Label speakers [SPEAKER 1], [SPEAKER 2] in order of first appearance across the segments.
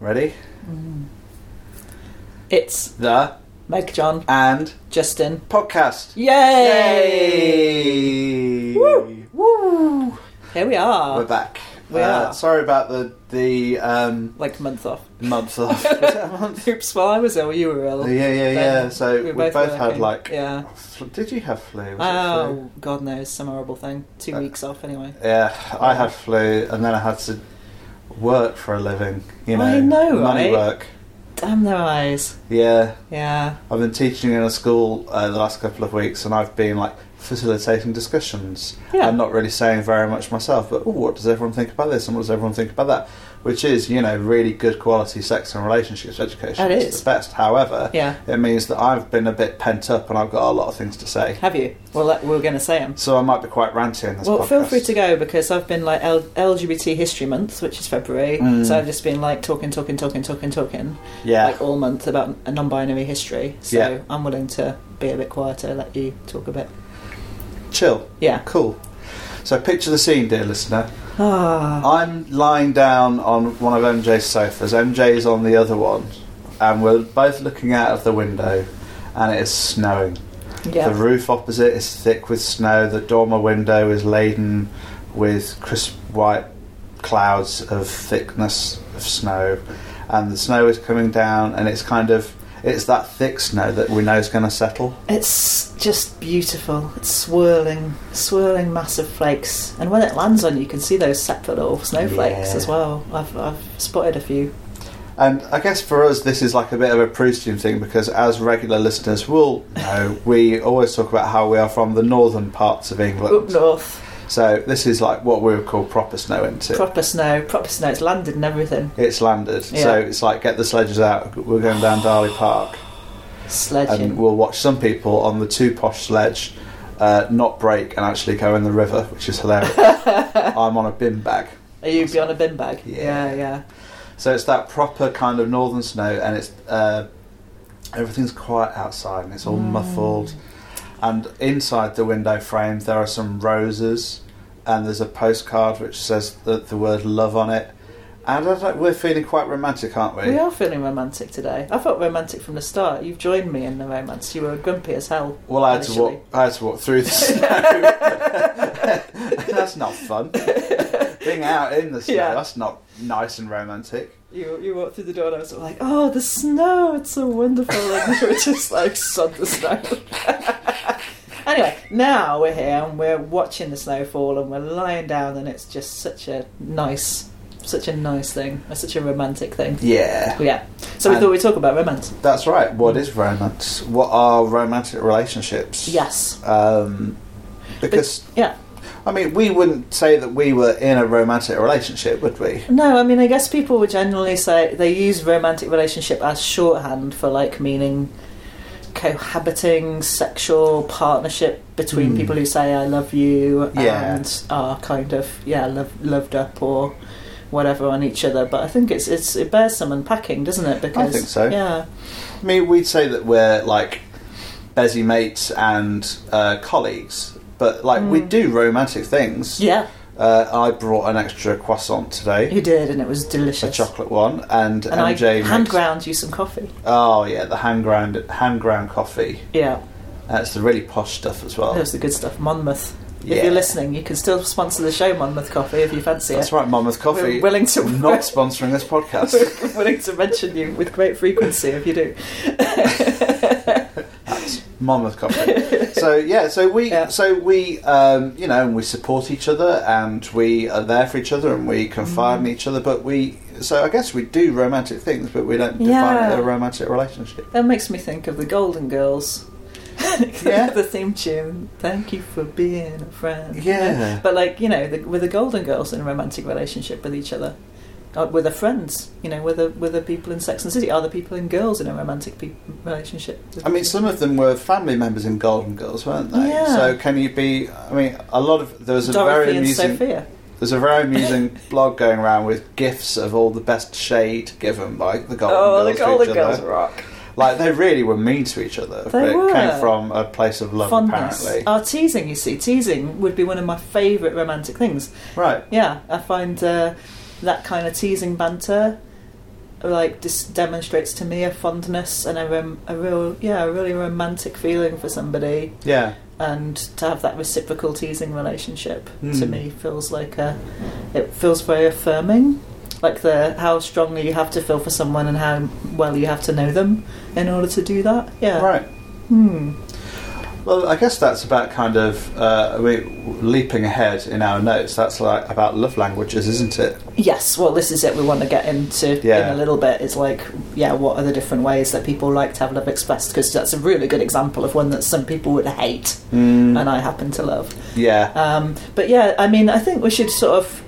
[SPEAKER 1] Ready?
[SPEAKER 2] It's
[SPEAKER 1] The
[SPEAKER 2] Meg, John,
[SPEAKER 1] and
[SPEAKER 2] Justin.
[SPEAKER 1] podcast.
[SPEAKER 2] Yay! Woo!
[SPEAKER 1] Woo!
[SPEAKER 2] Here we are.
[SPEAKER 1] We're back.
[SPEAKER 2] We
[SPEAKER 1] uh,
[SPEAKER 2] are.
[SPEAKER 1] sorry about the the um,
[SPEAKER 2] Like a month off.
[SPEAKER 1] month off. Was it a month?
[SPEAKER 2] Oops, well, I was ill, you were ill.
[SPEAKER 1] yeah, yeah, yeah. So we, both, had
[SPEAKER 2] working.
[SPEAKER 1] like.
[SPEAKER 2] Yeah.
[SPEAKER 1] fl- Did you have flu? Was it flu?
[SPEAKER 2] Oh, God knows, some horrible thing. Two
[SPEAKER 1] Uh,
[SPEAKER 2] weeks off, anyway.
[SPEAKER 1] Yeah, I had flu, and then I had to work for a living. You know,
[SPEAKER 2] I know,
[SPEAKER 1] money
[SPEAKER 2] right?
[SPEAKER 1] work.
[SPEAKER 2] Damn their eyes.
[SPEAKER 1] Yeah,
[SPEAKER 2] Yeah.
[SPEAKER 1] I've been teaching in a school uh, the last couple of weeks, and I've been like facilitating discussions.
[SPEAKER 2] Yeah.
[SPEAKER 1] I'm not really saying very much myself, but oh, what does everyone think about this and what does everyone think about that? Which is, you know, really good quality sex and relationships education.
[SPEAKER 2] That
[SPEAKER 1] It's
[SPEAKER 2] is.
[SPEAKER 1] the best. However,
[SPEAKER 2] Yeah.
[SPEAKER 1] it means that I've been a bit pent up and I've got a lot of things to say.
[SPEAKER 2] Have you? Well, that- we we're going to say them.
[SPEAKER 1] So I might be quite ranty in this
[SPEAKER 2] Well,
[SPEAKER 1] podcast.
[SPEAKER 2] feel free to go because I've been like L- LGBT History Month, which is February.
[SPEAKER 1] Mm.
[SPEAKER 2] So I've just been like talking, talking, talking, talking, talking.
[SPEAKER 1] Yeah.
[SPEAKER 2] like all month about a non-binary history. So
[SPEAKER 1] Yeah.
[SPEAKER 2] I'm willing to be a bit quieter, let you talk a bit.
[SPEAKER 1] Chill.
[SPEAKER 2] Yeah.
[SPEAKER 1] Cool. So picture the scene, dear listener.
[SPEAKER 2] Ah.
[SPEAKER 1] I'm lying down on one of MJ's sofas. MJ's on the other one. And we're both looking out of the window and it is snowing. The
[SPEAKER 2] Yeah.
[SPEAKER 1] roof opposite is thick with snow. The dormer window is laden with crisp white clouds of thickness of snow, and the snow is coming down, and it's kind of it's that thick snow that we know is going to settle.
[SPEAKER 2] It's just beautiful. It's swirling, swirling massive flakes, and when it lands on you, you can see those separate little snowflakes
[SPEAKER 1] Yeah.
[SPEAKER 2] as well. I've I've spotted a few.
[SPEAKER 1] And I guess for us, this is like a bit of a Proustian thing because, as regular listeners will know, we always talk about how we are from the northern parts of
[SPEAKER 2] Up
[SPEAKER 1] England.
[SPEAKER 2] north,
[SPEAKER 1] So this is like what we would call proper snow, isn't it?
[SPEAKER 2] proper snow, proper snow. It's landed and everything.
[SPEAKER 1] it's landed,
[SPEAKER 2] Yeah.
[SPEAKER 1] so it's like get the sledges out. We're going down Darley Park.
[SPEAKER 2] Sledging.
[SPEAKER 1] and we'll watch some people on the too posh sledge uh, not break and actually go in the river, which is hilarious. I'm on a bin bag.
[SPEAKER 2] Are you be on a bin bag?
[SPEAKER 1] Yeah.
[SPEAKER 2] yeah, yeah.
[SPEAKER 1] So it's that proper kind of northern snow, and it's uh, everything's quiet outside and it's all
[SPEAKER 2] Mm.
[SPEAKER 1] muffled. And inside the window frame, there are some roses, and there's a postcard which says the, the word love on it. And I don't, we're feeling quite romantic, aren't we?
[SPEAKER 2] We are feeling romantic today. I felt romantic from the start. You've joined me in the romance. You were grumpy as hell.
[SPEAKER 1] Well, I had to
[SPEAKER 2] initially.
[SPEAKER 1] walk. I had to walk through the snow. that's not fun. Being out in the snow.
[SPEAKER 2] Yeah.
[SPEAKER 1] That's not nice and romantic.
[SPEAKER 2] You, you walked through the door and I was sort of like, oh, the snow, it's so wonderful. And you were just like, sod the snow. anyway, now we're here and we're watching the snow fall and we're lying down and it's just such a nice, such a nice thing. It's such a romantic thing.
[SPEAKER 1] Yeah,
[SPEAKER 2] Yeah. So we
[SPEAKER 1] And-
[SPEAKER 2] thought we'd talk about romance.
[SPEAKER 1] that's right. What
[SPEAKER 2] Hmm.
[SPEAKER 1] is romance? What are romantic relationships?
[SPEAKER 2] Yes.
[SPEAKER 1] Um, because
[SPEAKER 2] Yeah.
[SPEAKER 1] I mean, we wouldn't say that we were in a romantic relationship, would we?
[SPEAKER 2] No, I mean, I guess people would generally say they use romantic relationship as shorthand for like meaning cohabiting, sexual partnership between
[SPEAKER 1] Hmm.
[SPEAKER 2] people who say "I love you"
[SPEAKER 1] Yeah.
[SPEAKER 2] and are kind of yeah lov loved up or whatever on each other. But I think it's it's it bears some unpacking, doesn't it? Because
[SPEAKER 1] think so.
[SPEAKER 2] Yeah,
[SPEAKER 1] I mean, we'd say that we're like busy mates and uh, colleagues, but like we do romantic things.
[SPEAKER 2] Hmm. yeah,
[SPEAKER 1] Uh, I brought an extra croissant today.
[SPEAKER 2] you did, and it was
[SPEAKER 1] a
[SPEAKER 2] delicious.
[SPEAKER 1] chocolate one, and,
[SPEAKER 2] and I
[SPEAKER 1] MJ
[SPEAKER 2] hand
[SPEAKER 1] makes,
[SPEAKER 2] ground you some coffee.
[SPEAKER 1] Oh yeah, the hand ground hand ground coffee.
[SPEAKER 2] Yeah,
[SPEAKER 1] That's the really posh stuff as well.
[SPEAKER 2] that was the good stuff. Monmouth.
[SPEAKER 1] Yeah.
[SPEAKER 2] If you're listening, you can still sponsor the show Monmouth Coffee if you fancy it.
[SPEAKER 1] That's right, Monmouth Coffee.
[SPEAKER 2] We're willing to
[SPEAKER 1] not sponsoring this podcast.
[SPEAKER 2] We're willing to mention you with great frequency if you do.
[SPEAKER 1] That's Monmouth Coffee. So yeah, so we
[SPEAKER 2] Yeah.
[SPEAKER 1] so we um, you know and we support each other and we are there for each other and we
[SPEAKER 2] Mm-hmm.
[SPEAKER 1] confide in each other, but we so I guess we do romantic things, but we don't
[SPEAKER 2] Yeah.
[SPEAKER 1] define it a romantic relationship.
[SPEAKER 2] That makes me think of the Golden Girls.
[SPEAKER 1] Yeah.
[SPEAKER 2] the theme tune. Thank you for being a friend.
[SPEAKER 1] Yeah.
[SPEAKER 2] But like you know, the, with the Golden Girls in a romantic relationship with each other, uh, with their friends. You know, with the with the people in Sex and the City, are the people in Girls in a romantic pe- relationship? with
[SPEAKER 1] I mean,
[SPEAKER 2] each
[SPEAKER 1] some of them were family members in Golden Girls, weren't they?
[SPEAKER 2] Yeah.
[SPEAKER 1] So can you be? I mean, a lot of there was a
[SPEAKER 2] other? Dorothy
[SPEAKER 1] very
[SPEAKER 2] and
[SPEAKER 1] amusing
[SPEAKER 2] Sophia.
[SPEAKER 1] there's a very amusing blog going around with gifs of all the best shade given by the Golden
[SPEAKER 2] oh,
[SPEAKER 1] Girls
[SPEAKER 2] the
[SPEAKER 1] to
[SPEAKER 2] Golden
[SPEAKER 1] each other.
[SPEAKER 2] Girls rock.
[SPEAKER 1] Like they really were mean to each other, but
[SPEAKER 2] They
[SPEAKER 1] it
[SPEAKER 2] were.
[SPEAKER 1] came from a place of love,
[SPEAKER 2] Fondness.
[SPEAKER 1] apparently.
[SPEAKER 2] Oh, teasing. You see, teasing would be one of my favourite romantic things.
[SPEAKER 1] right.
[SPEAKER 2] Yeah, I find uh, that kind of teasing banter like this demonstrates to me a fondness and a, rom- a real yeah a really romantic feeling for somebody
[SPEAKER 1] Yeah.
[SPEAKER 2] and to have that reciprocal teasing relationship to
[SPEAKER 1] Mm.
[SPEAKER 2] me feels like a it feels very affirming like the how strongly you have to feel for someone and how well you have to know them in order to do that yeah
[SPEAKER 1] Right.
[SPEAKER 2] hmm.
[SPEAKER 1] Well, I guess that's about kind of uh, I mean, leaping ahead in our notes. That's like about love languages, isn't it?
[SPEAKER 2] yes well this is it we want to get into
[SPEAKER 1] Yeah.
[SPEAKER 2] in a little bit it's like yeah what are the different ways that people like to have love expressed because that's a really good example of one that some people would hate
[SPEAKER 1] Mm.
[SPEAKER 2] and i happen to love
[SPEAKER 1] yeah.
[SPEAKER 2] Um, but yeah, I mean, I think we should sort of.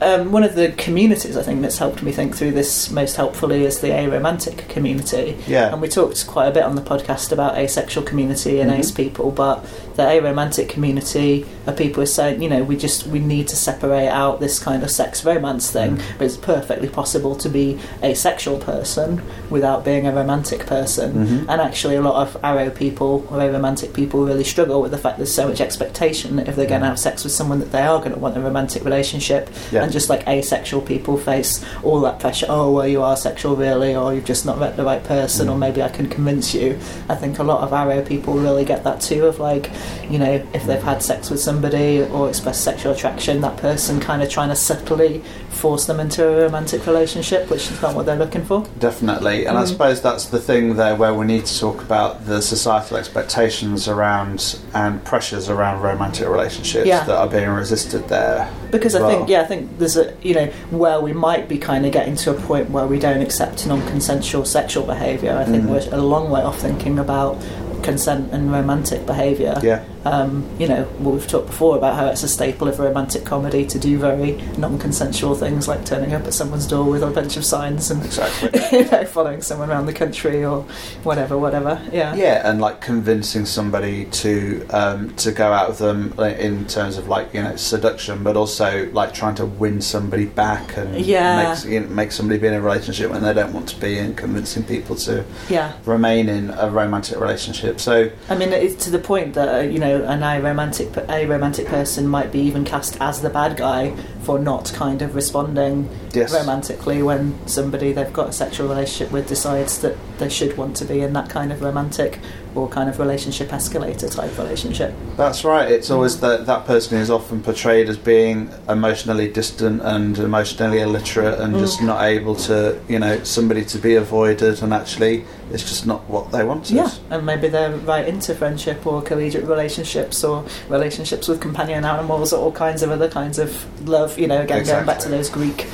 [SPEAKER 2] Um, one of the communities I think that's helped me think through this most helpfully is the aromantic community.
[SPEAKER 1] Yeah.
[SPEAKER 2] And we talked quite a bit on the podcast about asexual community and
[SPEAKER 1] Mhm.
[SPEAKER 2] ace people, but the aromantic community are people who say, you know, we just we need to separate out this kind of sex romance thing.
[SPEAKER 1] Mm.
[SPEAKER 2] But it's perfectly possible to be a sexual person without being a romantic person.
[SPEAKER 1] Mhm.
[SPEAKER 2] And actually, a lot of arrow people or romantic people really struggle with the fact there's so much expectation that if they're going to have sex with someone that they are going to want a romantic relationship.
[SPEAKER 1] Yeah.
[SPEAKER 2] And just like asexual people face all that pressure. Oh, well, you are sexual really, or you've just not met the right person, or maybe I can convince you. I think a lot of arrow people really get that too. Of like, you know, if they've had sex with somebody or expressed sexual attraction, that person kind of trying to subtly force them into a romantic relationship, which is not what they're looking for.
[SPEAKER 1] Definitely. And I
[SPEAKER 2] Mm.
[SPEAKER 1] suppose that's the thing there where we need to talk about the societal expectations around and pressures around romantic relationships
[SPEAKER 2] Yeah.
[SPEAKER 1] that are being resisted there.
[SPEAKER 2] because
[SPEAKER 1] as
[SPEAKER 2] I
[SPEAKER 1] well.
[SPEAKER 2] think yeah, I think there's a you know where we might be kind of getting to a point where we don't accept non-consensual sexual behaviour. I think
[SPEAKER 1] Mhm.
[SPEAKER 2] we're a long way off thinking about consent and romantic behaviour.
[SPEAKER 1] Yeah.
[SPEAKER 2] Um, you know, well, we've talked before about how it's a staple of romantic comedy to do very non-consensual things like turning up at someone's door with a bunch of signs and
[SPEAKER 1] Exactly.
[SPEAKER 2] you know, following someone around the country or whatever, whatever. Yeah.
[SPEAKER 1] yeah, and like convincing somebody to um, to go out with them like, in terms of like you know seduction, but also like trying to win somebody back and
[SPEAKER 2] Yeah.
[SPEAKER 1] make, s- you know, make somebody be in a relationship when they don't want to be in, convincing people to
[SPEAKER 2] Yeah.
[SPEAKER 1] remain in a romantic relationship. So
[SPEAKER 2] I mean, it's to the point that uh, you know an aromantic a romantic person might be even cast as the bad guy for not kind of responding
[SPEAKER 1] yes,
[SPEAKER 2] romantically when somebody they've got a sexual relationship with decides that they should want to be in that kind of romantic or kind of relationship escalator type relationship.
[SPEAKER 1] That's right. It's always that that person is often portrayed as being emotionally distant and emotionally illiterate and just
[SPEAKER 2] Mm.
[SPEAKER 1] not able to, you know, somebody to be avoided. And actually, it's just not what they wanted.
[SPEAKER 2] Yeah, and maybe they're right into friendship or collegiate relationships or relationships with companion animals or all kinds of other kinds of love. You know, again, going back to
[SPEAKER 1] Exactly.
[SPEAKER 2] those Greek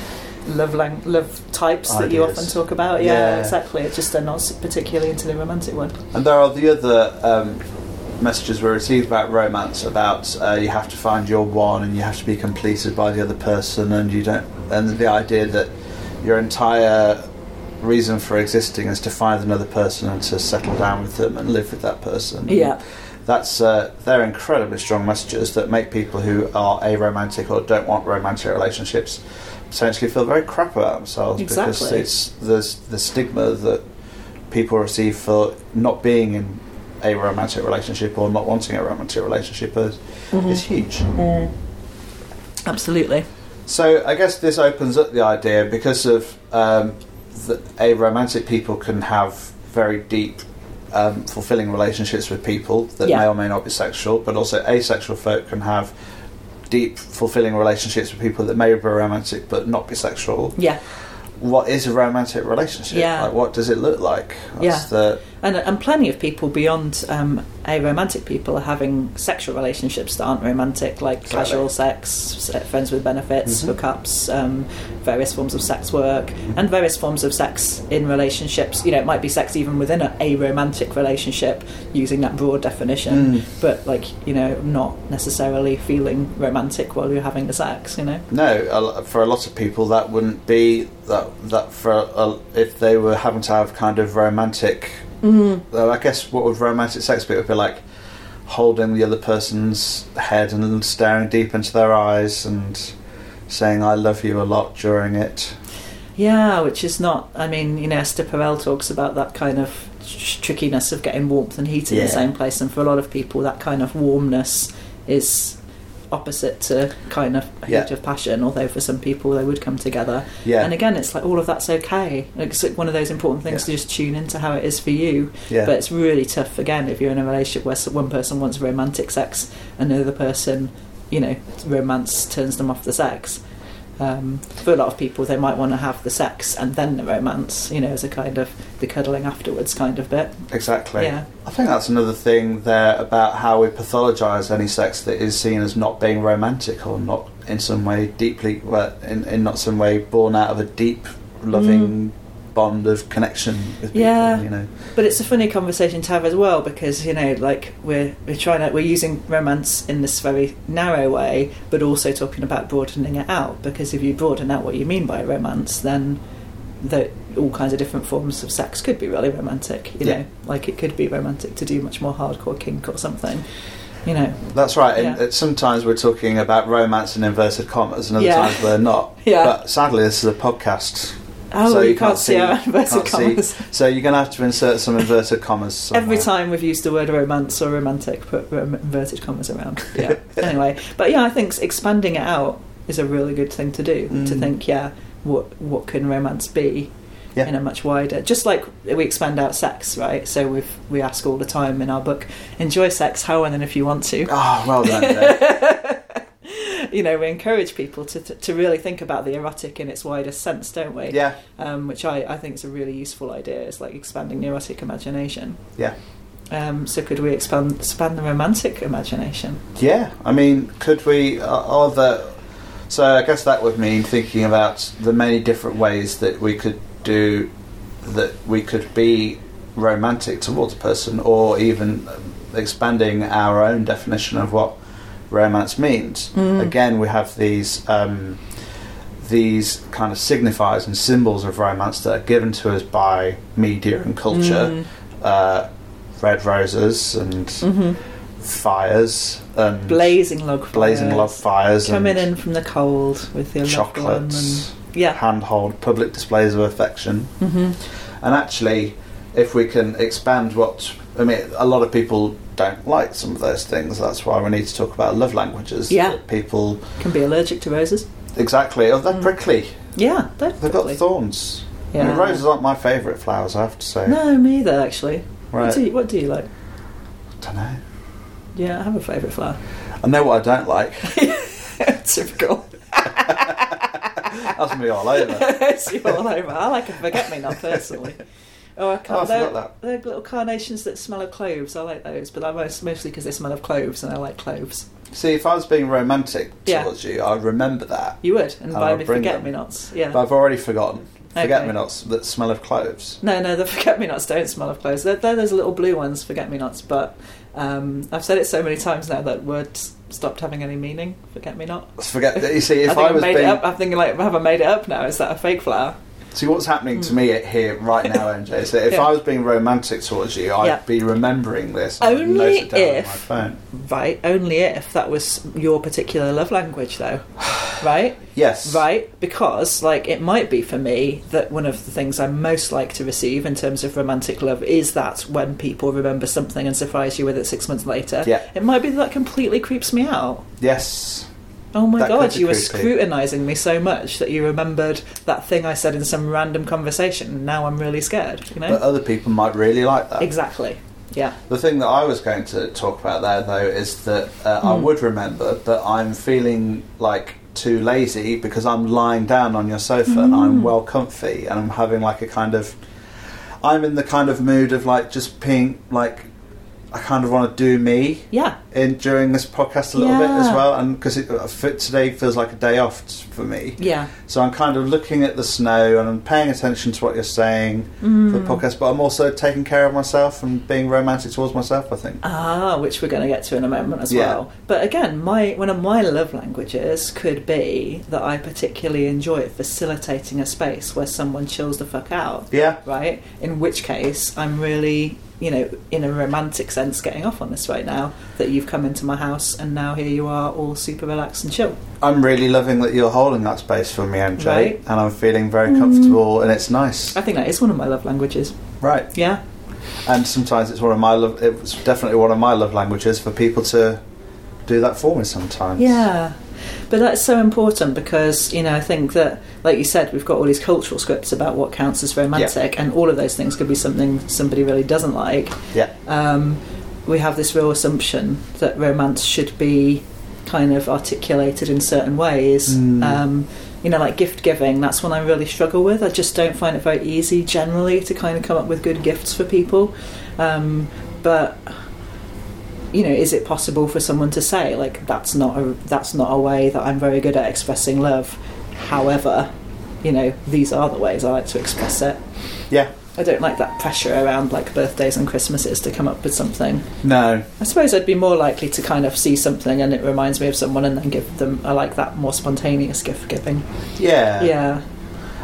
[SPEAKER 2] love lang- love types that you
[SPEAKER 1] Ideas.
[SPEAKER 2] often talk about. Yeah,
[SPEAKER 1] Yeah.
[SPEAKER 2] exactly. It's just they're not s- particularly into the romantic one.
[SPEAKER 1] And there are the other um, messages we received about romance about uh, you have to find your one and you have to be completed by the other person and you don't and the idea that your entire reason for existing is to find another person and to settle down with them and live with that person.
[SPEAKER 2] Yeah,
[SPEAKER 1] That's uh, they're incredibly strong messages that make people who are aromantic or don't want romantic relationships potentially feel very crap about themselves because
[SPEAKER 2] Exactly.
[SPEAKER 1] it's there's the stigma that people receive for not being in a romantic relationship or not wanting a romantic relationship is, is huge.
[SPEAKER 2] Mm. absolutely.
[SPEAKER 1] So I guess this opens up the idea because of um, the, a romantic people can have very deep, um, fulfilling relationships with people that may
[SPEAKER 2] Yeah.
[SPEAKER 1] or may not be sexual, but also asexual folk can have deep, fulfilling relationships with people that may be romantic but not be sexual.
[SPEAKER 2] Yeah,
[SPEAKER 1] What is a romantic relationship?
[SPEAKER 2] Yeah.
[SPEAKER 1] Like, what does it look like?
[SPEAKER 2] Yeah.
[SPEAKER 1] the
[SPEAKER 2] and uh, and plenty of people beyond um, aromantic people are having sexual relationships that aren't romantic, like
[SPEAKER 1] Exactly.
[SPEAKER 2] casual sex, s- uh, friends with benefits,
[SPEAKER 1] Mhm.
[SPEAKER 2] hookups, um, various forms of sex work, and various forms of sex in relationships. You know, it might be sex even within a aromantic relationship, using that broad definition,
[SPEAKER 1] Mm.
[SPEAKER 2] but like you know, not necessarily feeling romantic while you're having the sex. You know,
[SPEAKER 1] No, a lo- for a lot of people that wouldn't be that that for a, if they were having to have kind of romantic.
[SPEAKER 2] Mm-hmm.
[SPEAKER 1] Though I guess what would romantic sex be? It would be like holding the other person's head and staring deep into their eyes and saying "I love you" a lot during it.
[SPEAKER 2] Yeah, which is not. I mean, you know, Esther Perel talks about that kind of tr- trickiness of getting warmth and heat in
[SPEAKER 1] Yeah.
[SPEAKER 2] the same place, and for a lot of people, that kind of warmness is opposite to kind of a
[SPEAKER 1] Yeah.
[SPEAKER 2] heat of passion. Although for some people they would come together.
[SPEAKER 1] Yeah.
[SPEAKER 2] And again, it's like all of that's okay. Like, It's one of those important things
[SPEAKER 1] Yeah.
[SPEAKER 2] to just tune into how it is for you.
[SPEAKER 1] Yeah.
[SPEAKER 2] But it's really tough again if you're in a relationship where s- one person wants romantic sex, another person, you know, romance turns them off the sex. Um, for a lot of people, they might want to have the sex and then the romance, you know, as a kind of the cuddling afterwards kind of bit.
[SPEAKER 1] Exactly.
[SPEAKER 2] Yeah.
[SPEAKER 1] I think that's another thing there about how we pathologise any sex that is seen as not being romantic or not in some way deeply, well, in, in not some way born out of a deep, loving bond of connection with people,
[SPEAKER 2] Mm. Yeah.
[SPEAKER 1] you know.
[SPEAKER 2] But it's a funny conversation to have as well because you know, like we're we're trying to we're using romance in this very narrow way, but also talking about broadening it out because if you broaden out what you mean by romance, then that all kinds of different forms of sex could be really romantic. You
[SPEAKER 1] Yeah.
[SPEAKER 2] know, like it could be romantic to do much more hardcore kink or something. You know,
[SPEAKER 1] That's right. And
[SPEAKER 2] Yeah.
[SPEAKER 1] uh, sometimes we're talking about romance in inverted commas, and other
[SPEAKER 2] Yeah.
[SPEAKER 1] times we're not.
[SPEAKER 2] Yeah.
[SPEAKER 1] But sadly, this is a podcast.
[SPEAKER 2] oh,
[SPEAKER 1] so
[SPEAKER 2] you, can't, see our inverted
[SPEAKER 1] can't see.
[SPEAKER 2] commas.
[SPEAKER 1] So you're going to have to insert some inverted commas.
[SPEAKER 2] Every
[SPEAKER 1] somewhere.
[SPEAKER 2] time we've used the word romance or romantic, put rom- inverted commas around. Yeah. anyway, but yeah, I think s- expanding it out is a really good thing to do. To
[SPEAKER 1] Mm.
[SPEAKER 2] think, yeah, what what can romance be
[SPEAKER 1] Yeah.
[SPEAKER 2] in a much wider? Just like we expand out sex, right? So we we ask all the time in our book, enjoy sex how and then if you want to.
[SPEAKER 1] Oh, well done. Dave.
[SPEAKER 2] You know, we encourage people to, to to really think about the erotic in its widest sense, don't we?
[SPEAKER 1] yeah.
[SPEAKER 2] Um, which I, I think is a really useful idea. It's like expanding the erotic imagination.
[SPEAKER 1] Yeah.
[SPEAKER 2] Um, so could we expand expand the romantic imagination?
[SPEAKER 1] Yeah, I mean, could we? Are, are the so? I guess that would mean thinking about the many different ways that we could do that. We could be romantic towards a person, or even um, expanding our own definition of what romance means.
[SPEAKER 2] Mm.
[SPEAKER 1] Again, we have these. Um, these kind of signifiers and symbols of romance that are given to us by media and
[SPEAKER 2] Mm.
[SPEAKER 1] culture, uh, red roses and fires and
[SPEAKER 2] Blazing log fires.
[SPEAKER 1] blazing love fires
[SPEAKER 2] Coming
[SPEAKER 1] and
[SPEAKER 2] in from the cold with your loved one.
[SPEAKER 1] chocolates,
[SPEAKER 2] And, yeah.
[SPEAKER 1] handhold public displays of affection.
[SPEAKER 2] hmm
[SPEAKER 1] And actually, if we can expand what I mean, a lot of people don't like some of those things. That's why we need to talk about love languages.
[SPEAKER 2] Yeah.
[SPEAKER 1] that people
[SPEAKER 2] Can be allergic to roses.
[SPEAKER 1] exactly. Oh, they're
[SPEAKER 2] Mm.
[SPEAKER 1] prickly.
[SPEAKER 2] Yeah,
[SPEAKER 1] They've got
[SPEAKER 2] definitely.
[SPEAKER 1] thorns. I mean,
[SPEAKER 2] Yeah.
[SPEAKER 1] roses aren't my favourite flowers. I have to say.
[SPEAKER 2] No, me either. Actually,
[SPEAKER 1] Right.
[SPEAKER 2] what, do you, what do you like?
[SPEAKER 1] don't know.
[SPEAKER 2] Yeah, I have a favourite flower.
[SPEAKER 1] I know what I don't like.
[SPEAKER 2] Typical.
[SPEAKER 1] That's me all over.
[SPEAKER 2] it's you all over. I like a forget me not personally. Oh, I can't.
[SPEAKER 1] Oh, I
[SPEAKER 2] they're,
[SPEAKER 1] forgot that.
[SPEAKER 2] they're little carnations that smell of cloves. I like those, but I most, mostly because they smell of cloves and I like cloves.
[SPEAKER 1] See, if I was being romantic
[SPEAKER 2] Yeah.
[SPEAKER 1] towards you, I'd remember that.
[SPEAKER 2] You would, and
[SPEAKER 1] And
[SPEAKER 2] buy
[SPEAKER 1] Oh, I'll
[SPEAKER 2] me
[SPEAKER 1] bring them.
[SPEAKER 2] forget me nots. Yeah.
[SPEAKER 1] But I've already forgotten.
[SPEAKER 2] Okay.
[SPEAKER 1] Forget me nots that smell of cloves.
[SPEAKER 2] No, no, the forget me nots don't smell of cloves. They're, they're those little blue ones, forget me nots, but um, I've said it so many times now that word s- stopped having any meaning. Forget me not.
[SPEAKER 1] Forget. Uh, You see, if
[SPEAKER 2] I
[SPEAKER 1] I,
[SPEAKER 2] think
[SPEAKER 1] was
[SPEAKER 2] made
[SPEAKER 1] being,
[SPEAKER 2] it up. I'm thinking like, have I made it up now? Is that a fake flower?
[SPEAKER 1] see what's happening to me here right now, MJ. So if
[SPEAKER 2] Hmm. Yeah.
[SPEAKER 1] I was being romantic towards you, I'd
[SPEAKER 2] Yeah.
[SPEAKER 1] be remembering this. and I'd
[SPEAKER 2] Only
[SPEAKER 1] note it down
[SPEAKER 2] if-
[SPEAKER 1] on my phone.
[SPEAKER 2] Right, only if that was your particular love language, though. Right?
[SPEAKER 1] Yes.
[SPEAKER 2] Right? Because, like, it might be for me that one of the things I most like to receive in terms of romantic love is that when people remember something and surprise you with it six months later.
[SPEAKER 1] Yeah.
[SPEAKER 2] It might be that, that completely creeps me out.
[SPEAKER 1] Yes.
[SPEAKER 2] Oh my
[SPEAKER 1] That could
[SPEAKER 2] god,
[SPEAKER 1] be
[SPEAKER 2] you were
[SPEAKER 1] creepy.
[SPEAKER 2] scrutinising me so much that you remembered that thing I said in some random conversation. Now I'm really scared, you know?
[SPEAKER 1] But uh, other people might really like that.
[SPEAKER 2] exactly. Yeah.
[SPEAKER 1] The thing that I was going to talk about there, though, is that uh, I would remember, but I'm feeling like too lazy because I'm lying down on your sofa and I'm well comfy and I'm having like a kind of. I'm in the kind of mood of like just being like, I kind of want to do me
[SPEAKER 2] Yeah.
[SPEAKER 1] in during this podcast a little bit as
[SPEAKER 2] Yeah.
[SPEAKER 1] well, and because today feels like a day off t- for me.
[SPEAKER 2] Yeah.
[SPEAKER 1] So I'm kind of looking at the snow and I'm paying attention to what you're saying for the
[SPEAKER 2] Mm.
[SPEAKER 1] podcast, but I'm also taking care of myself and being romantic towards myself. I think.
[SPEAKER 2] Ah, which we're going to get to in a moment as
[SPEAKER 1] Yeah.
[SPEAKER 2] well. But again, my one of my love languages could be that I particularly enjoy facilitating a space where someone chills the fuck out,
[SPEAKER 1] Yeah.
[SPEAKER 2] right? In which case, I'm really, you know, in a romantic sense, getting off on this right now. That you've come into my house and now here you are, all super relaxed and chill.
[SPEAKER 1] I'm really loving that you're holding that space for me, MJ,
[SPEAKER 2] Right. Mm.
[SPEAKER 1] and I'm feeling very comfortable and it's nice.
[SPEAKER 2] I think that is one of my love languages.
[SPEAKER 1] Right.
[SPEAKER 2] Yeah,
[SPEAKER 1] And sometimes it's one of my love. It's definitely one of my love languages for people to do that for me sometimes.
[SPEAKER 2] Yeah. But that's so important because, you know, I think that, like you said, we've got all these cultural scripts about what counts as romantic, and all of those things could be something somebody really doesn't like.
[SPEAKER 1] Yeah.
[SPEAKER 2] Um, we have this real assumption that romance should be kind of articulated in certain ways.
[SPEAKER 1] Mm.
[SPEAKER 2] Um, you know, like gift giving, that's one I really struggle with. I just don't find it very easy generally to kind of come up with good gifts for people. Um, but you know, is it possible for someone to say like that's not a that's not a way that I'm very good at expressing love. However, you know, these are the ways I like to express it.
[SPEAKER 1] Yeah.
[SPEAKER 2] I don't like that pressure around like birthdays and Christmases to come up with something.
[SPEAKER 1] No.
[SPEAKER 2] I suppose I'd be more likely to kind of see something and it reminds me of someone and then give them I like that more spontaneous gift giving.
[SPEAKER 1] Yeah.
[SPEAKER 2] Yeah.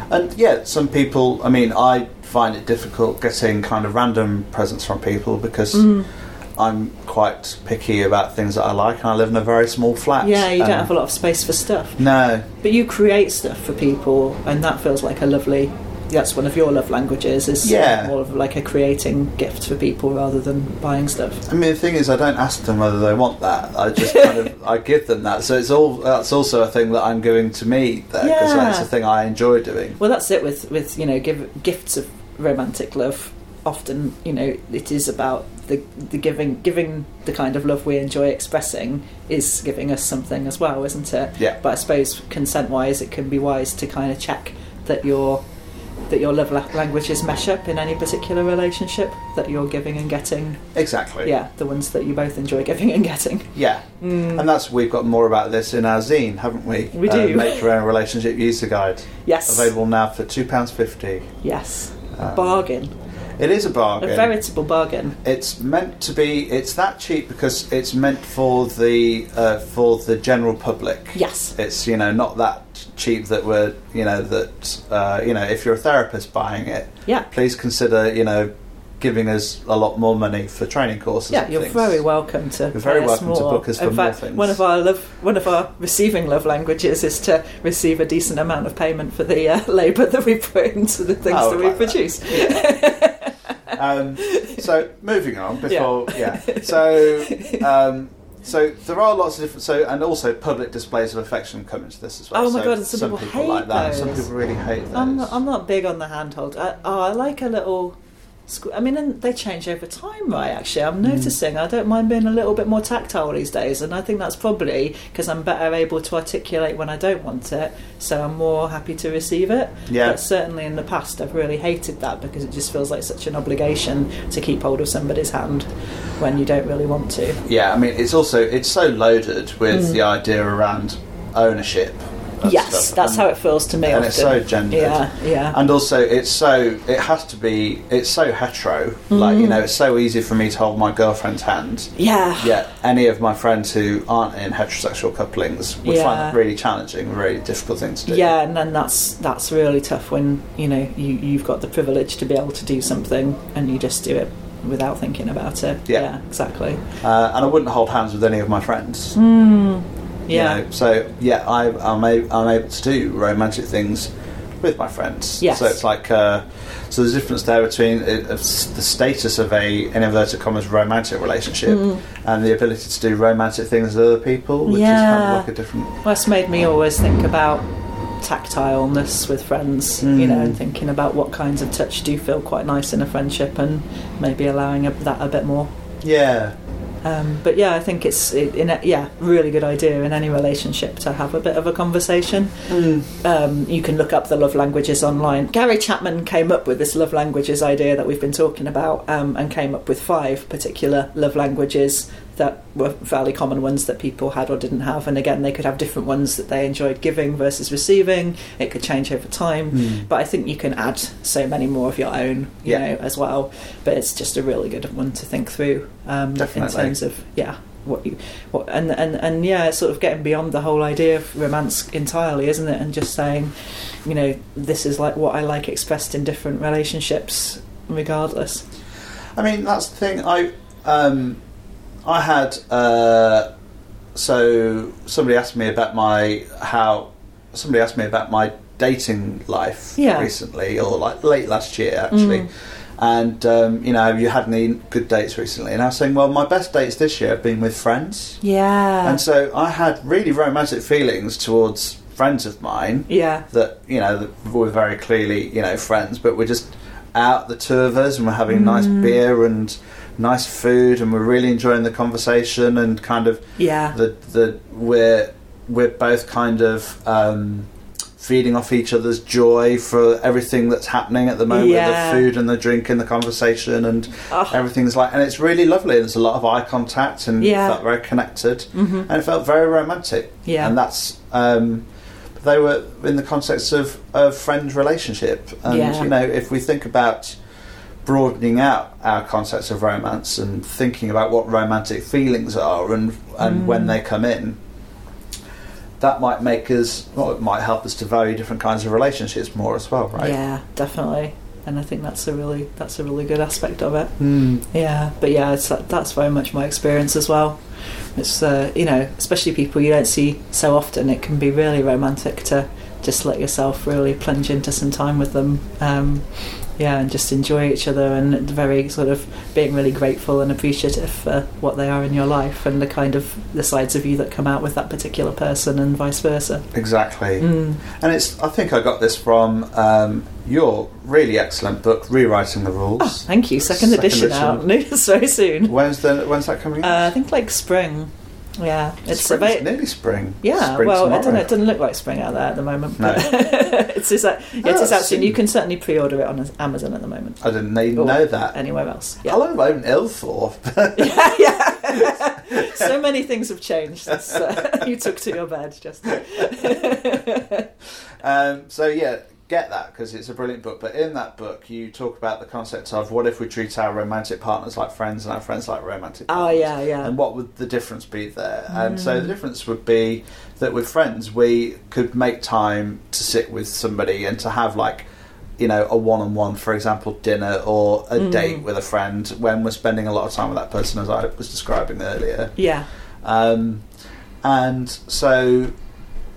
[SPEAKER 1] And yeah, some people. I mean, I find it difficult getting kind of random presents from people because
[SPEAKER 2] Mm. Mm-hmm.
[SPEAKER 1] I'm quite picky about things that I like, and I live in a very small flat.
[SPEAKER 2] Yeah, you don't
[SPEAKER 1] and-
[SPEAKER 2] have a lot of space for stuff.
[SPEAKER 1] No.
[SPEAKER 2] But you create stuff for people and that feels like a lovely that's one of your love languages is
[SPEAKER 1] Yeah.
[SPEAKER 2] more of like a creating gift for people rather than buying stuff.
[SPEAKER 1] I mean, the thing is, I don't ask them whether they want that. I just kind of I give them that. So it's all that's also a thing that I'm giving to me there because
[SPEAKER 2] Yeah.
[SPEAKER 1] that's a thing I enjoy doing.
[SPEAKER 2] Well, that's it with with you know give, gifts of romantic love. Often, you know, it is about the the giving giving the kind of love we enjoy expressing is giving us something as well, isn't it?
[SPEAKER 1] Yeah.
[SPEAKER 2] But I suppose consent wise, it can be wise to kind of check that your that your love la- languages mesh up in any particular relationship that you're giving and getting.
[SPEAKER 1] Exactly.
[SPEAKER 2] Yeah, the ones that you both enjoy giving and getting.
[SPEAKER 1] Yeah. And that's we've got more about this in our zine, haven't we? Uh,
[SPEAKER 2] We do.
[SPEAKER 1] Make your own relationship user guide
[SPEAKER 2] Yes.
[SPEAKER 1] available now for two pounds fifty.
[SPEAKER 2] Yes. A
[SPEAKER 1] Um,
[SPEAKER 2] bargain.
[SPEAKER 1] It is a bargain.
[SPEAKER 2] A veritable bargain.
[SPEAKER 1] it's meant to be. It's that cheap because it's meant for the uh, for the general public.
[SPEAKER 2] Yes.
[SPEAKER 1] It's you know not that cheap that we're you know that uh, you know if you're a therapist buying it,
[SPEAKER 2] Yeah.
[SPEAKER 1] please consider you know giving us a lot more money for training courses.
[SPEAKER 2] Yeah,
[SPEAKER 1] and
[SPEAKER 2] you're
[SPEAKER 1] things.
[SPEAKER 2] very welcome to.
[SPEAKER 1] You're very
[SPEAKER 2] pay us
[SPEAKER 1] welcome to
[SPEAKER 2] more.
[SPEAKER 1] book us for
[SPEAKER 2] In
[SPEAKER 1] more
[SPEAKER 2] fact,
[SPEAKER 1] things.
[SPEAKER 2] One of our love, one of our receiving love languages is to receive a decent amount of payment for the uh, labour that we put into the things
[SPEAKER 1] Oh,
[SPEAKER 2] that we
[SPEAKER 1] like that.
[SPEAKER 2] produce.
[SPEAKER 1] um, so moving on before yeah,
[SPEAKER 2] Yeah.
[SPEAKER 1] so um, so there are lots of different so and also public displays of affection come into this as well
[SPEAKER 2] Oh my
[SPEAKER 1] So
[SPEAKER 2] God, and some people hate
[SPEAKER 1] like that and some
[SPEAKER 2] those.
[SPEAKER 1] people really hate those
[SPEAKER 2] I'm, not, I'm not big on the handhold. I, oh, I like a little. squ- I mean, and they change over time, right? Actually, I'm
[SPEAKER 1] Mm.
[SPEAKER 2] noticing. I don't mind being a little bit more tactile these days, and I think that's probably because I'm better able to articulate when I don't want it, so I'm more happy to receive it.
[SPEAKER 1] Yeah.
[SPEAKER 2] But certainly in the past, I've really hated that because it just feels like such an obligation to keep hold of somebody's hand when you don't really want to.
[SPEAKER 1] yeah I mean it's also it's so loaded with the idea around ownership of
[SPEAKER 2] Mm. yes,
[SPEAKER 1] stuff.
[SPEAKER 2] that's
[SPEAKER 1] And-
[SPEAKER 2] how it feels to me.
[SPEAKER 1] and
[SPEAKER 2] often.
[SPEAKER 1] it's so gendered.
[SPEAKER 2] Yeah, yeah.
[SPEAKER 1] And also, it's so it has to be. It's so hetero. Like
[SPEAKER 2] Mm.
[SPEAKER 1] you know, it's so easy for me to hold my girlfriend's hand.
[SPEAKER 2] yeah.
[SPEAKER 1] Yet any of my friends who aren't in heterosexual couplings would find
[SPEAKER 2] Yeah.
[SPEAKER 1] that really challenging, really difficult thing to do.
[SPEAKER 2] Yeah, and then that's that's really tough when you know you you've got the privilege to be able to do something and you just do it without thinking about it.
[SPEAKER 1] Yeah.
[SPEAKER 2] exactly.
[SPEAKER 1] Uh, and I wouldn't hold hands with any of my friends. you
[SPEAKER 2] Mm. Yeah,
[SPEAKER 1] know. So yeah, I, I'm a, I'm able to do romantic things with my friends.
[SPEAKER 2] Yes.
[SPEAKER 1] So it's like uh, so there's a difference there between uh, of s- the status of a in inverted commas romantic relationship
[SPEAKER 2] Mm.
[SPEAKER 1] and the ability to do romantic things with other people, which is kind
[SPEAKER 2] Yeah.
[SPEAKER 1] of like a different.
[SPEAKER 2] Well, that's made me always think about tactileness with friends. You know, and thinking about what kinds of touch do feel quite nice in a friendship, and maybe allowing a, that a bit more.
[SPEAKER 1] Yeah.
[SPEAKER 2] Um, but yeah, I think it's it, in a, yeah, really good idea in any relationship to have a bit of a conversation. Um, you can look up the love languages online. Gary Chapman came up with this love languages idea that we've been talking about, um, and came up with five particular love languages that were fairly common ones that people had or didn't have. And again, they could have different ones that they enjoyed giving versus receiving. It could change over time,
[SPEAKER 1] Hmm.
[SPEAKER 2] but I think you can add so many more of your own, you
[SPEAKER 1] Yeah.
[SPEAKER 2] know, as well. But it's just a really good one to think through. Um,
[SPEAKER 1] Definitely.
[SPEAKER 2] in terms of yeah what you what and and and yeah it's sort of getting beyond the whole idea of romance entirely isn't it and just saying you know this is like what i like expressed in different relationships regardless
[SPEAKER 1] I mean, that's the thing. I um, I had uh, so somebody asked me about my how somebody asked me about my dating life
[SPEAKER 2] Yeah. Mm.
[SPEAKER 1] recently, or like late last year actually, And um, you know, you had any good dates recently? And I was saying, well, my best dates this year have been with friends.
[SPEAKER 2] Yeah.
[SPEAKER 1] And so I had really romantic feelings towards friends of mine
[SPEAKER 2] yeah.
[SPEAKER 1] that you know that were very clearly you know friends, but we're just out the two of us and we're having nice
[SPEAKER 2] Mm.
[SPEAKER 1] beer and nice food and we're really enjoying the conversation and kind of
[SPEAKER 2] Yeah.
[SPEAKER 1] that that we're we're both kind of um, feeding off each other's joy for everything that's happening at the moment
[SPEAKER 2] Yeah.
[SPEAKER 1] the food and the drink and the conversation and
[SPEAKER 2] Oh.
[SPEAKER 1] everything's like and it's really lovely there's a lot of eye contact and
[SPEAKER 2] Yeah.
[SPEAKER 1] felt very connected
[SPEAKER 2] Mhm.
[SPEAKER 1] and it felt very romantic
[SPEAKER 2] Yeah.
[SPEAKER 1] and that's um, they were in the context of a friend relationship and
[SPEAKER 2] Yeah.
[SPEAKER 1] you know if we think about broadening out our concepts of romance and thinking about what romantic feelings are and and
[SPEAKER 2] Mm.
[SPEAKER 1] when they come in that might make us well it might help us to value different kinds of relationships more as well right
[SPEAKER 2] Yeah, definitely. And I think that's a really that's a really good aspect of it.
[SPEAKER 1] Hmm.
[SPEAKER 2] Yeah, but yeah, it's, that's very much my experience as well. It's uh, you know, especially people you don't see so often. It can be really romantic to just let yourself really plunge into some time with them. Um, yeah, and just enjoy each other and very sort of being really grateful and appreciative for what they are in your life and the kind of the sides of you that come out with that particular person and vice versa.
[SPEAKER 1] exactly
[SPEAKER 2] Mm.
[SPEAKER 1] And it's, I think I got this from um, your really excellent book, Rewriting the
[SPEAKER 2] Oh,
[SPEAKER 1] Rules.
[SPEAKER 2] thank you. Second,
[SPEAKER 1] Second
[SPEAKER 2] edition,
[SPEAKER 1] edition.
[SPEAKER 2] out. It's very soon.
[SPEAKER 1] when's, the, when's that coming
[SPEAKER 2] Uh, I
[SPEAKER 1] out?
[SPEAKER 2] think like spring. Yeah, it's
[SPEAKER 1] Spring-
[SPEAKER 2] about.
[SPEAKER 1] nearly spring.
[SPEAKER 2] yeah,
[SPEAKER 1] Spring
[SPEAKER 2] well, I
[SPEAKER 1] tomorrow.
[SPEAKER 2] don't know. It doesn't look like spring out there at the moment,
[SPEAKER 1] No.
[SPEAKER 2] but it's just like, yeah,
[SPEAKER 1] Oh,
[SPEAKER 2] it is out soon.
[SPEAKER 1] soon.
[SPEAKER 2] You can certainly pre-order it on Amazon at the moment.
[SPEAKER 1] I didn't even
[SPEAKER 2] Or
[SPEAKER 1] know that.
[SPEAKER 2] Anywhere else?
[SPEAKER 1] How
[SPEAKER 2] Yeah.
[SPEAKER 1] long have I been ill for?
[SPEAKER 2] yeah, yeah. so many things have changed since uh, you took to your bed. Just
[SPEAKER 1] um, so, yeah, get that because it's a brilliant book. But in that book, you talk about the concept of what if we treat our romantic partners like friends and our friends like romantic
[SPEAKER 2] oh
[SPEAKER 1] partners?
[SPEAKER 2] yeah, yeah,
[SPEAKER 1] and what would the difference be there? And so
[SPEAKER 2] Mm.
[SPEAKER 1] the difference would be that with friends, we could make time to sit with somebody and to have like, you know, a one-on-one, for example, dinner or a
[SPEAKER 2] Mm.
[SPEAKER 1] date with a friend when we're spending a lot of time with that person, as I was describing earlier.
[SPEAKER 2] yeah,
[SPEAKER 1] Um, and so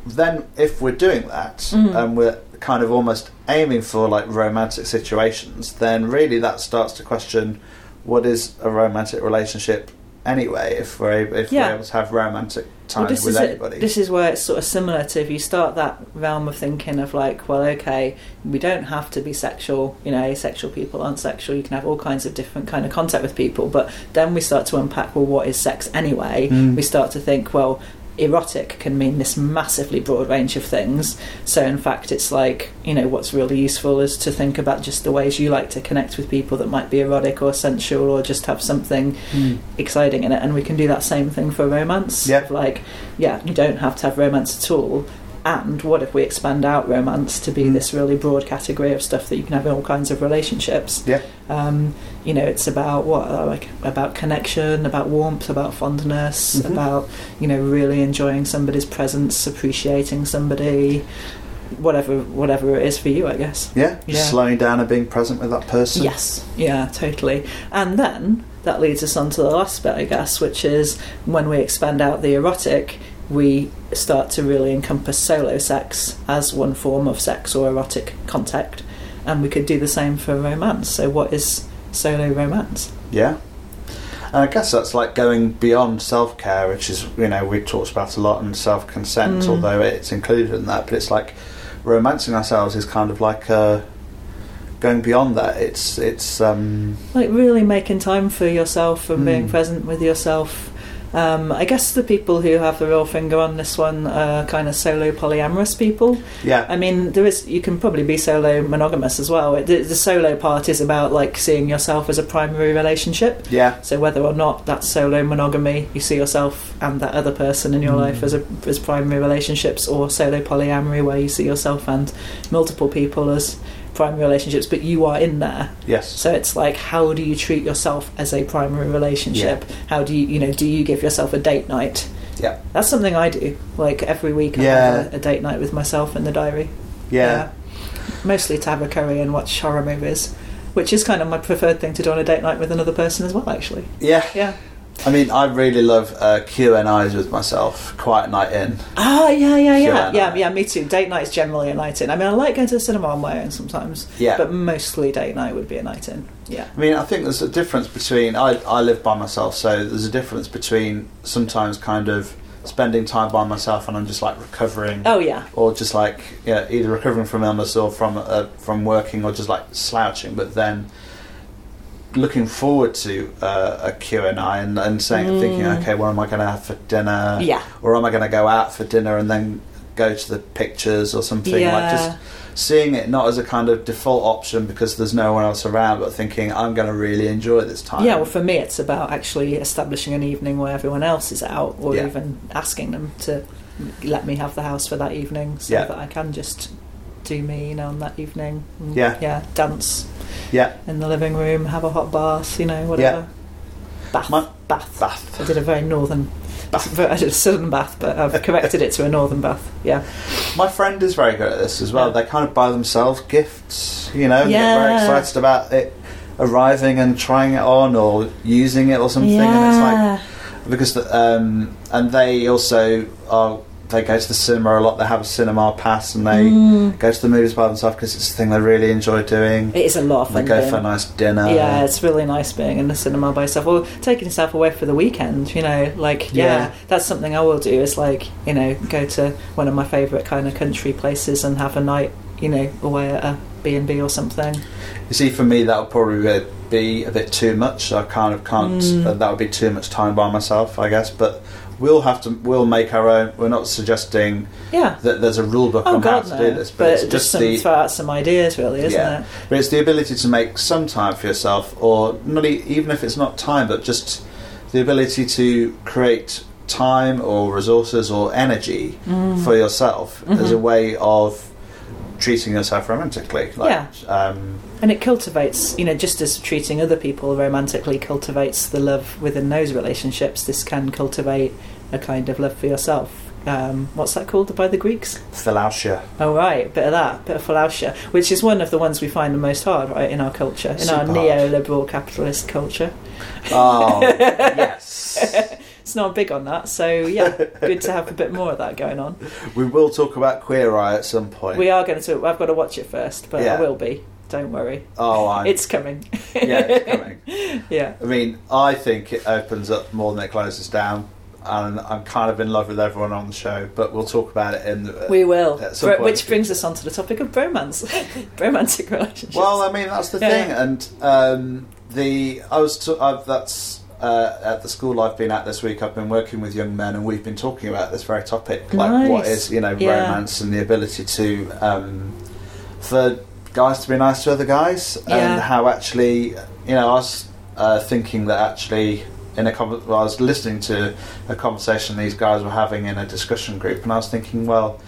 [SPEAKER 1] then if we're doing that
[SPEAKER 2] Mm.
[SPEAKER 1] and we're kind of almost aiming for like romantic situations, then really that starts to question what is a romantic relationship anyway if we're able, if
[SPEAKER 2] Yeah.
[SPEAKER 1] we're able to have romantic time
[SPEAKER 2] Well, this
[SPEAKER 1] with
[SPEAKER 2] is it-
[SPEAKER 1] anybody.
[SPEAKER 2] this is where it's sort of similar to if you start that realm of thinking of like, well, okay, we don't have to be sexual. You know, asexual people aren't sexual. You can have all kinds of different kind of contact with people. But then we start to unpack, well, what is sex anyway?
[SPEAKER 1] Mm.
[SPEAKER 2] We start to think, well, erotic can mean this massively broad range of things. So in fact, it's like you know what's really useful is to think about just the ways you like to connect with people that might be erotic or sensual or just have something
[SPEAKER 1] Mm.
[SPEAKER 2] exciting in it and we can do that same thing for romance
[SPEAKER 1] Yeah.
[SPEAKER 2] like yeah you don't have to have romance at all and what if we expand out romance to be
[SPEAKER 1] Mm.
[SPEAKER 2] this really broad category of stuff that you can have in all kinds of relationships
[SPEAKER 1] Yeah.
[SPEAKER 2] um, you know it's about what uh, like about connection about warmth about fondness
[SPEAKER 1] Mhm.
[SPEAKER 2] about you know really enjoying somebody's presence appreciating somebody whatever whatever it is for you i guess
[SPEAKER 1] yeah, just
[SPEAKER 2] Yeah.
[SPEAKER 1] slowing down and being present with that person.
[SPEAKER 2] Yes, yeah, totally. And then that leads us on to the last bit, I guess, which is when we expand out the erotic, we start to really encompass solo sex as one form of sex or erotic contact. And we could do the same for romance. So, what is solo romance?
[SPEAKER 1] Yeah. And I guess that's like going beyond self care, which is, you know, we talked about a lot and self consent,
[SPEAKER 2] Mm.
[SPEAKER 1] although it's included in that. But it's like romancing ourselves is kind of like uh, going beyond that. It's, it's, um,
[SPEAKER 2] Like, really making time for yourself and being
[SPEAKER 1] Mm.
[SPEAKER 2] present with yourself. Um, I guess the people who have the real finger on this one are kind of solo polyamorous people.
[SPEAKER 1] yeah.
[SPEAKER 2] I mean, there is. You can probably be solo monogamous as well. It, the, the solo part is about like seeing yourself as a primary relationship.
[SPEAKER 1] Yeah.
[SPEAKER 2] So whether or not that's solo monogamy, you see yourself and that other person in your
[SPEAKER 1] Mm.
[SPEAKER 2] life as a, as primary relationships, or solo polyamory, where you see yourself and multiple people as primary relationships, but you are in there.
[SPEAKER 1] Yes.
[SPEAKER 2] So it's like, how do you treat yourself as a primary relationship? How do you, you know, do you give yourself a date night?
[SPEAKER 1] Yeah.
[SPEAKER 2] That's something I do. Like every week, I have a, a date night with myself in the diary.
[SPEAKER 1] Yeah.
[SPEAKER 2] Mostly to have a curry and watch horror movies, which is kind of my preferred thing to do on a date night with another person as well, actually.
[SPEAKER 1] Yeah.
[SPEAKER 2] Yeah.
[SPEAKER 1] I I mean, I really love uh, Q and I's with myself. Quiet night in.
[SPEAKER 2] Oh yeah, yeah, yeah,
[SPEAKER 1] Sure.
[SPEAKER 2] yeah, yeah. Me too. Date night is generally a night in. I mean, I like going to the cinema on my own sometimes.
[SPEAKER 1] Yeah.
[SPEAKER 2] But mostly date night would be a night in. Yeah.
[SPEAKER 1] I mean, I think there's a difference between I I live by myself, so there's a difference between sometimes kind of spending time by myself and I'm just like recovering.
[SPEAKER 2] Oh yeah.
[SPEAKER 1] Or just like yeah, either recovering from illness or from uh, from working, or just like slouching. But then looking forward to uh, a Q and I, and and saying, thinking, okay, what am I going to have for dinner?
[SPEAKER 2] Mm. Yeah.
[SPEAKER 1] Or am I going to go out for dinner and then go to the pictures or something? Like
[SPEAKER 2] Yeah.
[SPEAKER 1] just seeing it not as a kind of default option because there's no one else around, but thinking I'm going to really enjoy this time.
[SPEAKER 2] Yeah. Well, for me, it's about actually establishing an evening where everyone else is out, or
[SPEAKER 1] Yeah.
[SPEAKER 2] even asking them to let me have the house for that evening, so
[SPEAKER 1] Yeah.
[SPEAKER 2] that I can just do me, you know, on that evening. Mm,
[SPEAKER 1] Yeah.
[SPEAKER 2] Yeah. Dance
[SPEAKER 1] yeah.
[SPEAKER 2] in the living room, have a hot bath, you know, whatever. Bath.
[SPEAKER 1] My-
[SPEAKER 2] bath. I
[SPEAKER 1] Bath.
[SPEAKER 2] did a very northern. Bath. I did a southern bath, but I've corrected it to a northern bath. Yeah.
[SPEAKER 1] My friend is very good at this as well.
[SPEAKER 2] Yeah.
[SPEAKER 1] They kind of buy themselves gifts, you know, get very
[SPEAKER 2] Yeah.
[SPEAKER 1] excited about it arriving and trying it on or using it or something. And it's like, because the, um, and they also are they go to the cinema a lot. They have a cinema pass and they
[SPEAKER 2] Mm.
[SPEAKER 1] go to the movies by themselves because it's the thing they really enjoy doing.
[SPEAKER 2] it is a lot
[SPEAKER 1] And
[SPEAKER 2] of
[SPEAKER 1] they
[SPEAKER 2] fun.
[SPEAKER 1] go
[SPEAKER 2] being-
[SPEAKER 1] for a nice dinner.
[SPEAKER 2] yeah, it's really nice being in the cinema by yourself or taking yourself away for the weekend. You know, like yeah,
[SPEAKER 1] Yeah.
[SPEAKER 2] that's something I will do. Is like you know, go to one of my favourite kind of country places and have a night, you know, away at a B and B or something.
[SPEAKER 1] You see, for me, that would probably uh, be a bit too much. so I kind of can't.
[SPEAKER 2] Mm.
[SPEAKER 1] Uh, that would be too much time by myself, I guess. But we'll have to. We'll make our own. We're not suggesting
[SPEAKER 2] Yeah.
[SPEAKER 1] that there's a rule book
[SPEAKER 2] Oh
[SPEAKER 1] on
[SPEAKER 2] God,
[SPEAKER 1] how
[SPEAKER 2] no!
[SPEAKER 1] to do this, but, it's
[SPEAKER 2] but
[SPEAKER 1] just
[SPEAKER 2] just some,
[SPEAKER 1] the
[SPEAKER 2] throw out some ideas, really, isn't
[SPEAKER 1] yeah.
[SPEAKER 2] it?
[SPEAKER 1] But it's the ability to make some time for yourself, or not e- even if it's not time, but just the ability to create time or resources or energy
[SPEAKER 2] Mm.
[SPEAKER 1] for yourself as
[SPEAKER 2] Mm-hmm.
[SPEAKER 1] a way of treating yourself romantically. Like, yeah. Um,
[SPEAKER 2] And it cultivates, you know, just as treating other people romantically cultivates the love within those relationships, this can cultivate a kind of love for yourself. Um, what's that called by the Greeks?
[SPEAKER 1] Thalautia.
[SPEAKER 2] Oh, right, bit of that, bit of falautia, which is one of the ones we find the most hard, right, in our culture, in our
[SPEAKER 1] Super hard.
[SPEAKER 2] neoliberal capitalist culture.
[SPEAKER 1] Oh, yes.
[SPEAKER 2] It's not big on that, so yeah, good to have a bit more of that going on.
[SPEAKER 1] We will talk about Queer Eye at some point.
[SPEAKER 2] We are going to, I've got to watch it first, but
[SPEAKER 1] Yeah.
[SPEAKER 2] I will be, don't worry.
[SPEAKER 1] oh, I'm,
[SPEAKER 2] It's coming.
[SPEAKER 1] yeah, it's coming.
[SPEAKER 2] yeah.
[SPEAKER 1] I mean, I think it opens up more than it closes down, and I'm kind of in love with everyone on the show. But we'll talk about it in. The,
[SPEAKER 2] We will.
[SPEAKER 1] uh, At some
[SPEAKER 2] Bro-
[SPEAKER 1] point in
[SPEAKER 2] which
[SPEAKER 1] the
[SPEAKER 2] brings us on to the topic of bromance, romantic relationships.
[SPEAKER 1] Well, I mean, that's the
[SPEAKER 2] Yeah.
[SPEAKER 1] thing, and um, the I was t- I've, that's uh, at the school I've been at this week. I've been working with young men, and we've been talking about this very topic, like what
[SPEAKER 2] Nice.
[SPEAKER 1] is you know
[SPEAKER 2] Yeah.
[SPEAKER 1] romance and the ability to um, for guys to be nice to other guys,
[SPEAKER 2] Yeah.
[SPEAKER 1] and how actually you know I was uh, thinking that actually. In a com- well, I was listening to a conversation these guys were having in a discussion group, and I was thinking, well,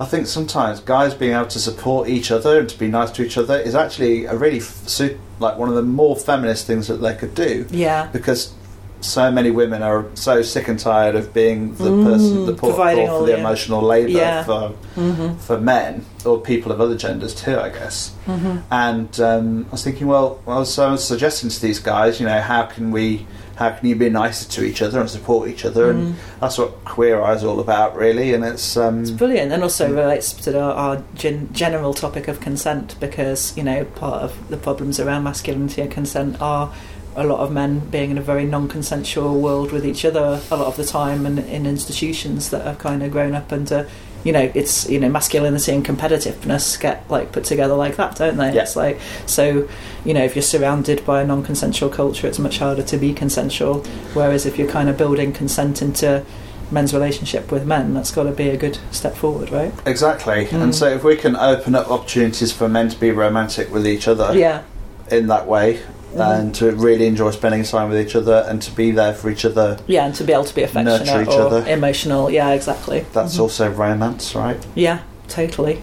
[SPEAKER 1] I think sometimes guys being able to support each other and to be nice to each other is actually a really f- su- like one of the more feminist things that they could do
[SPEAKER 2] yeah.
[SPEAKER 1] because so many women are so sick and tired of being the person the port
[SPEAKER 2] Mm, providing
[SPEAKER 1] for
[SPEAKER 2] all
[SPEAKER 1] the
[SPEAKER 2] the-
[SPEAKER 1] emotional labour
[SPEAKER 2] Yeah.
[SPEAKER 1] for
[SPEAKER 2] Mm-hmm.
[SPEAKER 1] for men or people of other genders too, I guess.
[SPEAKER 2] Mm-hmm.
[SPEAKER 1] And um, I was thinking, well, well, so I was suggesting to these guys, you know, how can we, how can you be nicer to each other and support each other,
[SPEAKER 2] Mm.
[SPEAKER 1] and that's what Queer Eye is all about, really. And it's, um,
[SPEAKER 2] Mm-hmm. It's brilliant, and also relates to our, our gen- general topic of consent because you know part of the problems around masculinity and consent are a lot of men being in a very non-consensual world with each other a lot of the time, and in institutions that have kind of grown up under. You know, it's you know masculinity and competitiveness get like put together like that, don't they?
[SPEAKER 1] Yeah.
[SPEAKER 2] It's like so, you know, if you're surrounded by a non-consensual culture, it's much harder to be consensual. Whereas if you're kind of building consent into men's relationship with men, that's got to be a good step forward, right?
[SPEAKER 1] Exactly.
[SPEAKER 2] Mm.
[SPEAKER 1] And so if we can open up opportunities for men to be romantic with each other
[SPEAKER 2] Yeah, Mm-hmm.
[SPEAKER 1] in that way and to really enjoy spending time with each other and to be there for each other,
[SPEAKER 2] yeah, and to be able to be
[SPEAKER 1] Nurture
[SPEAKER 2] affectionate
[SPEAKER 1] each
[SPEAKER 2] or
[SPEAKER 1] other.
[SPEAKER 2] emotional. Yeah, exactly.
[SPEAKER 1] that's also romance, right?
[SPEAKER 2] Yeah, totally.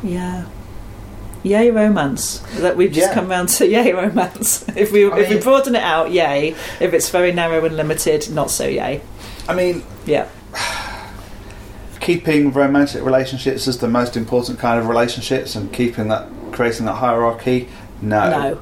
[SPEAKER 2] Yeah. Yay romance that we've just
[SPEAKER 1] Yeah.
[SPEAKER 2] come round to yay romance. If we
[SPEAKER 1] I
[SPEAKER 2] if we
[SPEAKER 1] mean-
[SPEAKER 2] broaden it out, yay. If it's very narrow and limited, not so yay.
[SPEAKER 1] I mean,
[SPEAKER 2] Yeah,
[SPEAKER 1] keeping romantic relationships as the most important kind of relationships and keeping that creating that hierarchy, no.
[SPEAKER 2] no.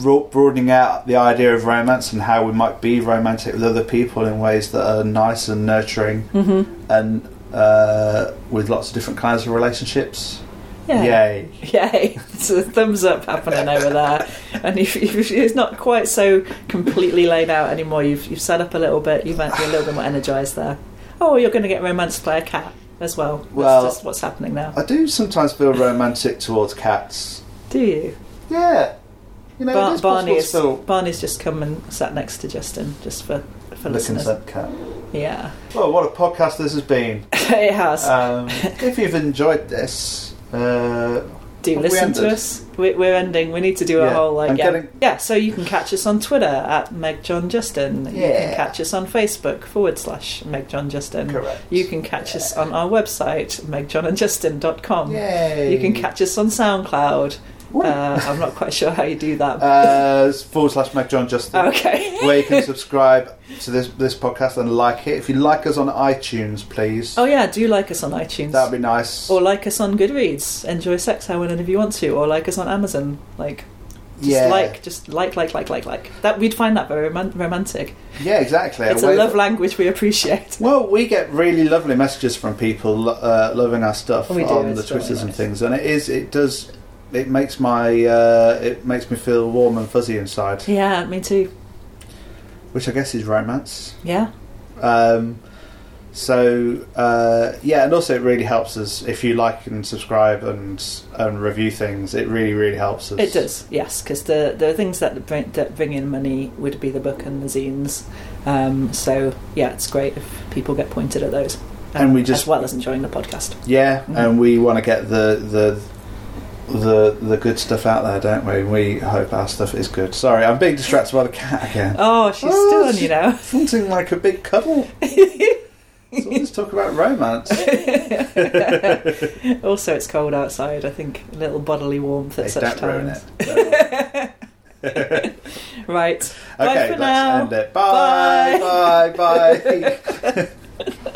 [SPEAKER 1] bro- broadening out the idea of romance and how we might be romantic with other people in ways that are nice and nurturing
[SPEAKER 2] Mm-hmm.
[SPEAKER 1] and uh, with lots of different kinds of relationships. Yay.
[SPEAKER 2] Yay! It's a thumbs up happening over there, and if, if it's not quite so completely laid out anymore, you've you've set up a little bit. You've actually a little bit more energised there. Oh, you're going to get romanced by a cat as well. That's
[SPEAKER 1] Well-
[SPEAKER 2] just what's happening now.
[SPEAKER 1] I do sometimes feel romantic towards cats.
[SPEAKER 2] Do you?
[SPEAKER 1] Yeah. You know,
[SPEAKER 2] Bar-
[SPEAKER 1] it is
[SPEAKER 2] Barney
[SPEAKER 1] possible
[SPEAKER 2] is
[SPEAKER 1] to feel
[SPEAKER 2] Barney's just come and sat next to Justin just for for
[SPEAKER 1] looking
[SPEAKER 2] listeners.
[SPEAKER 1] at cat.
[SPEAKER 2] Yeah,
[SPEAKER 1] Well, what a podcast this has been.
[SPEAKER 2] it has.
[SPEAKER 1] Um, if you've enjoyed this, uh,
[SPEAKER 2] Do you
[SPEAKER 1] Have we
[SPEAKER 2] listen to
[SPEAKER 1] ended?
[SPEAKER 2] us? We're, we're ending. We need to do a
[SPEAKER 1] Yeah,
[SPEAKER 2] whole like
[SPEAKER 1] I'm
[SPEAKER 2] yeah.
[SPEAKER 1] getting-
[SPEAKER 2] yeah. So you can catch us on Twitter at Meg John Justin. You can
[SPEAKER 1] Yeah.
[SPEAKER 2] catch us on Facebook forward slash Meg John Justin.
[SPEAKER 1] correct.
[SPEAKER 2] You can catch us on our website megjohnandjustin.com.
[SPEAKER 1] Yay.
[SPEAKER 2] You can catch us on SoundCloud.
[SPEAKER 1] Ooh.
[SPEAKER 2] Uh, I'm not quite sure how you do that.
[SPEAKER 1] uh, forward slash Mac John Justin,
[SPEAKER 2] okay.
[SPEAKER 1] where you can subscribe to this this podcast and like it. If you like us on iTunes, please,
[SPEAKER 2] oh yeah, do like us on iTunes.
[SPEAKER 1] that'd be nice.
[SPEAKER 2] or like us on Goodreads. Enjoy sex how and if you want to. Or like us on Amazon. Like just like just like like like like like that. We'd find that very roman- romantic.
[SPEAKER 1] yeah, exactly.
[SPEAKER 2] it's a
[SPEAKER 1] way
[SPEAKER 2] love
[SPEAKER 1] that-
[SPEAKER 2] language we appreciate.
[SPEAKER 1] Well, we get really lovely messages from people lo- uh, loving our stuff
[SPEAKER 2] We do,
[SPEAKER 1] on the
[SPEAKER 2] it's really
[SPEAKER 1] Twitters and
[SPEAKER 2] nice.
[SPEAKER 1] things, and it is it does it makes my uh, it makes me feel warm and fuzzy inside,
[SPEAKER 2] Yeah, me too.
[SPEAKER 1] which I guess is romance.
[SPEAKER 2] Yeah,
[SPEAKER 1] Um, so uh, yeah, and also it really helps us if you like and subscribe and and review things. It really really helps us.
[SPEAKER 2] it does. Yes, because the the things that bring, that bring in money would be the book and the zines. Um, so yeah, it's great if people get pointed at those. Um,
[SPEAKER 1] And we just-
[SPEAKER 2] as well as enjoying the podcast.
[SPEAKER 1] Yeah,
[SPEAKER 2] Mhm.
[SPEAKER 1] and we want to get the the the the good stuff out there, don't we? We hope our stuff is good. Sorry, I'm being distracted by the cat again.
[SPEAKER 2] Oh, she's
[SPEAKER 1] Oh,
[SPEAKER 2] still on,
[SPEAKER 1] she-
[SPEAKER 2] you know.
[SPEAKER 1] Something like a big cuddle. so let's talk about romance.
[SPEAKER 2] also, it's cold outside. I think a little bodily warmth at
[SPEAKER 1] Hey,
[SPEAKER 2] such
[SPEAKER 1] don't ruin
[SPEAKER 2] times.
[SPEAKER 1] it.
[SPEAKER 2] Right.
[SPEAKER 1] okay, let's
[SPEAKER 2] for now.
[SPEAKER 1] end it. Bye, bye, bye.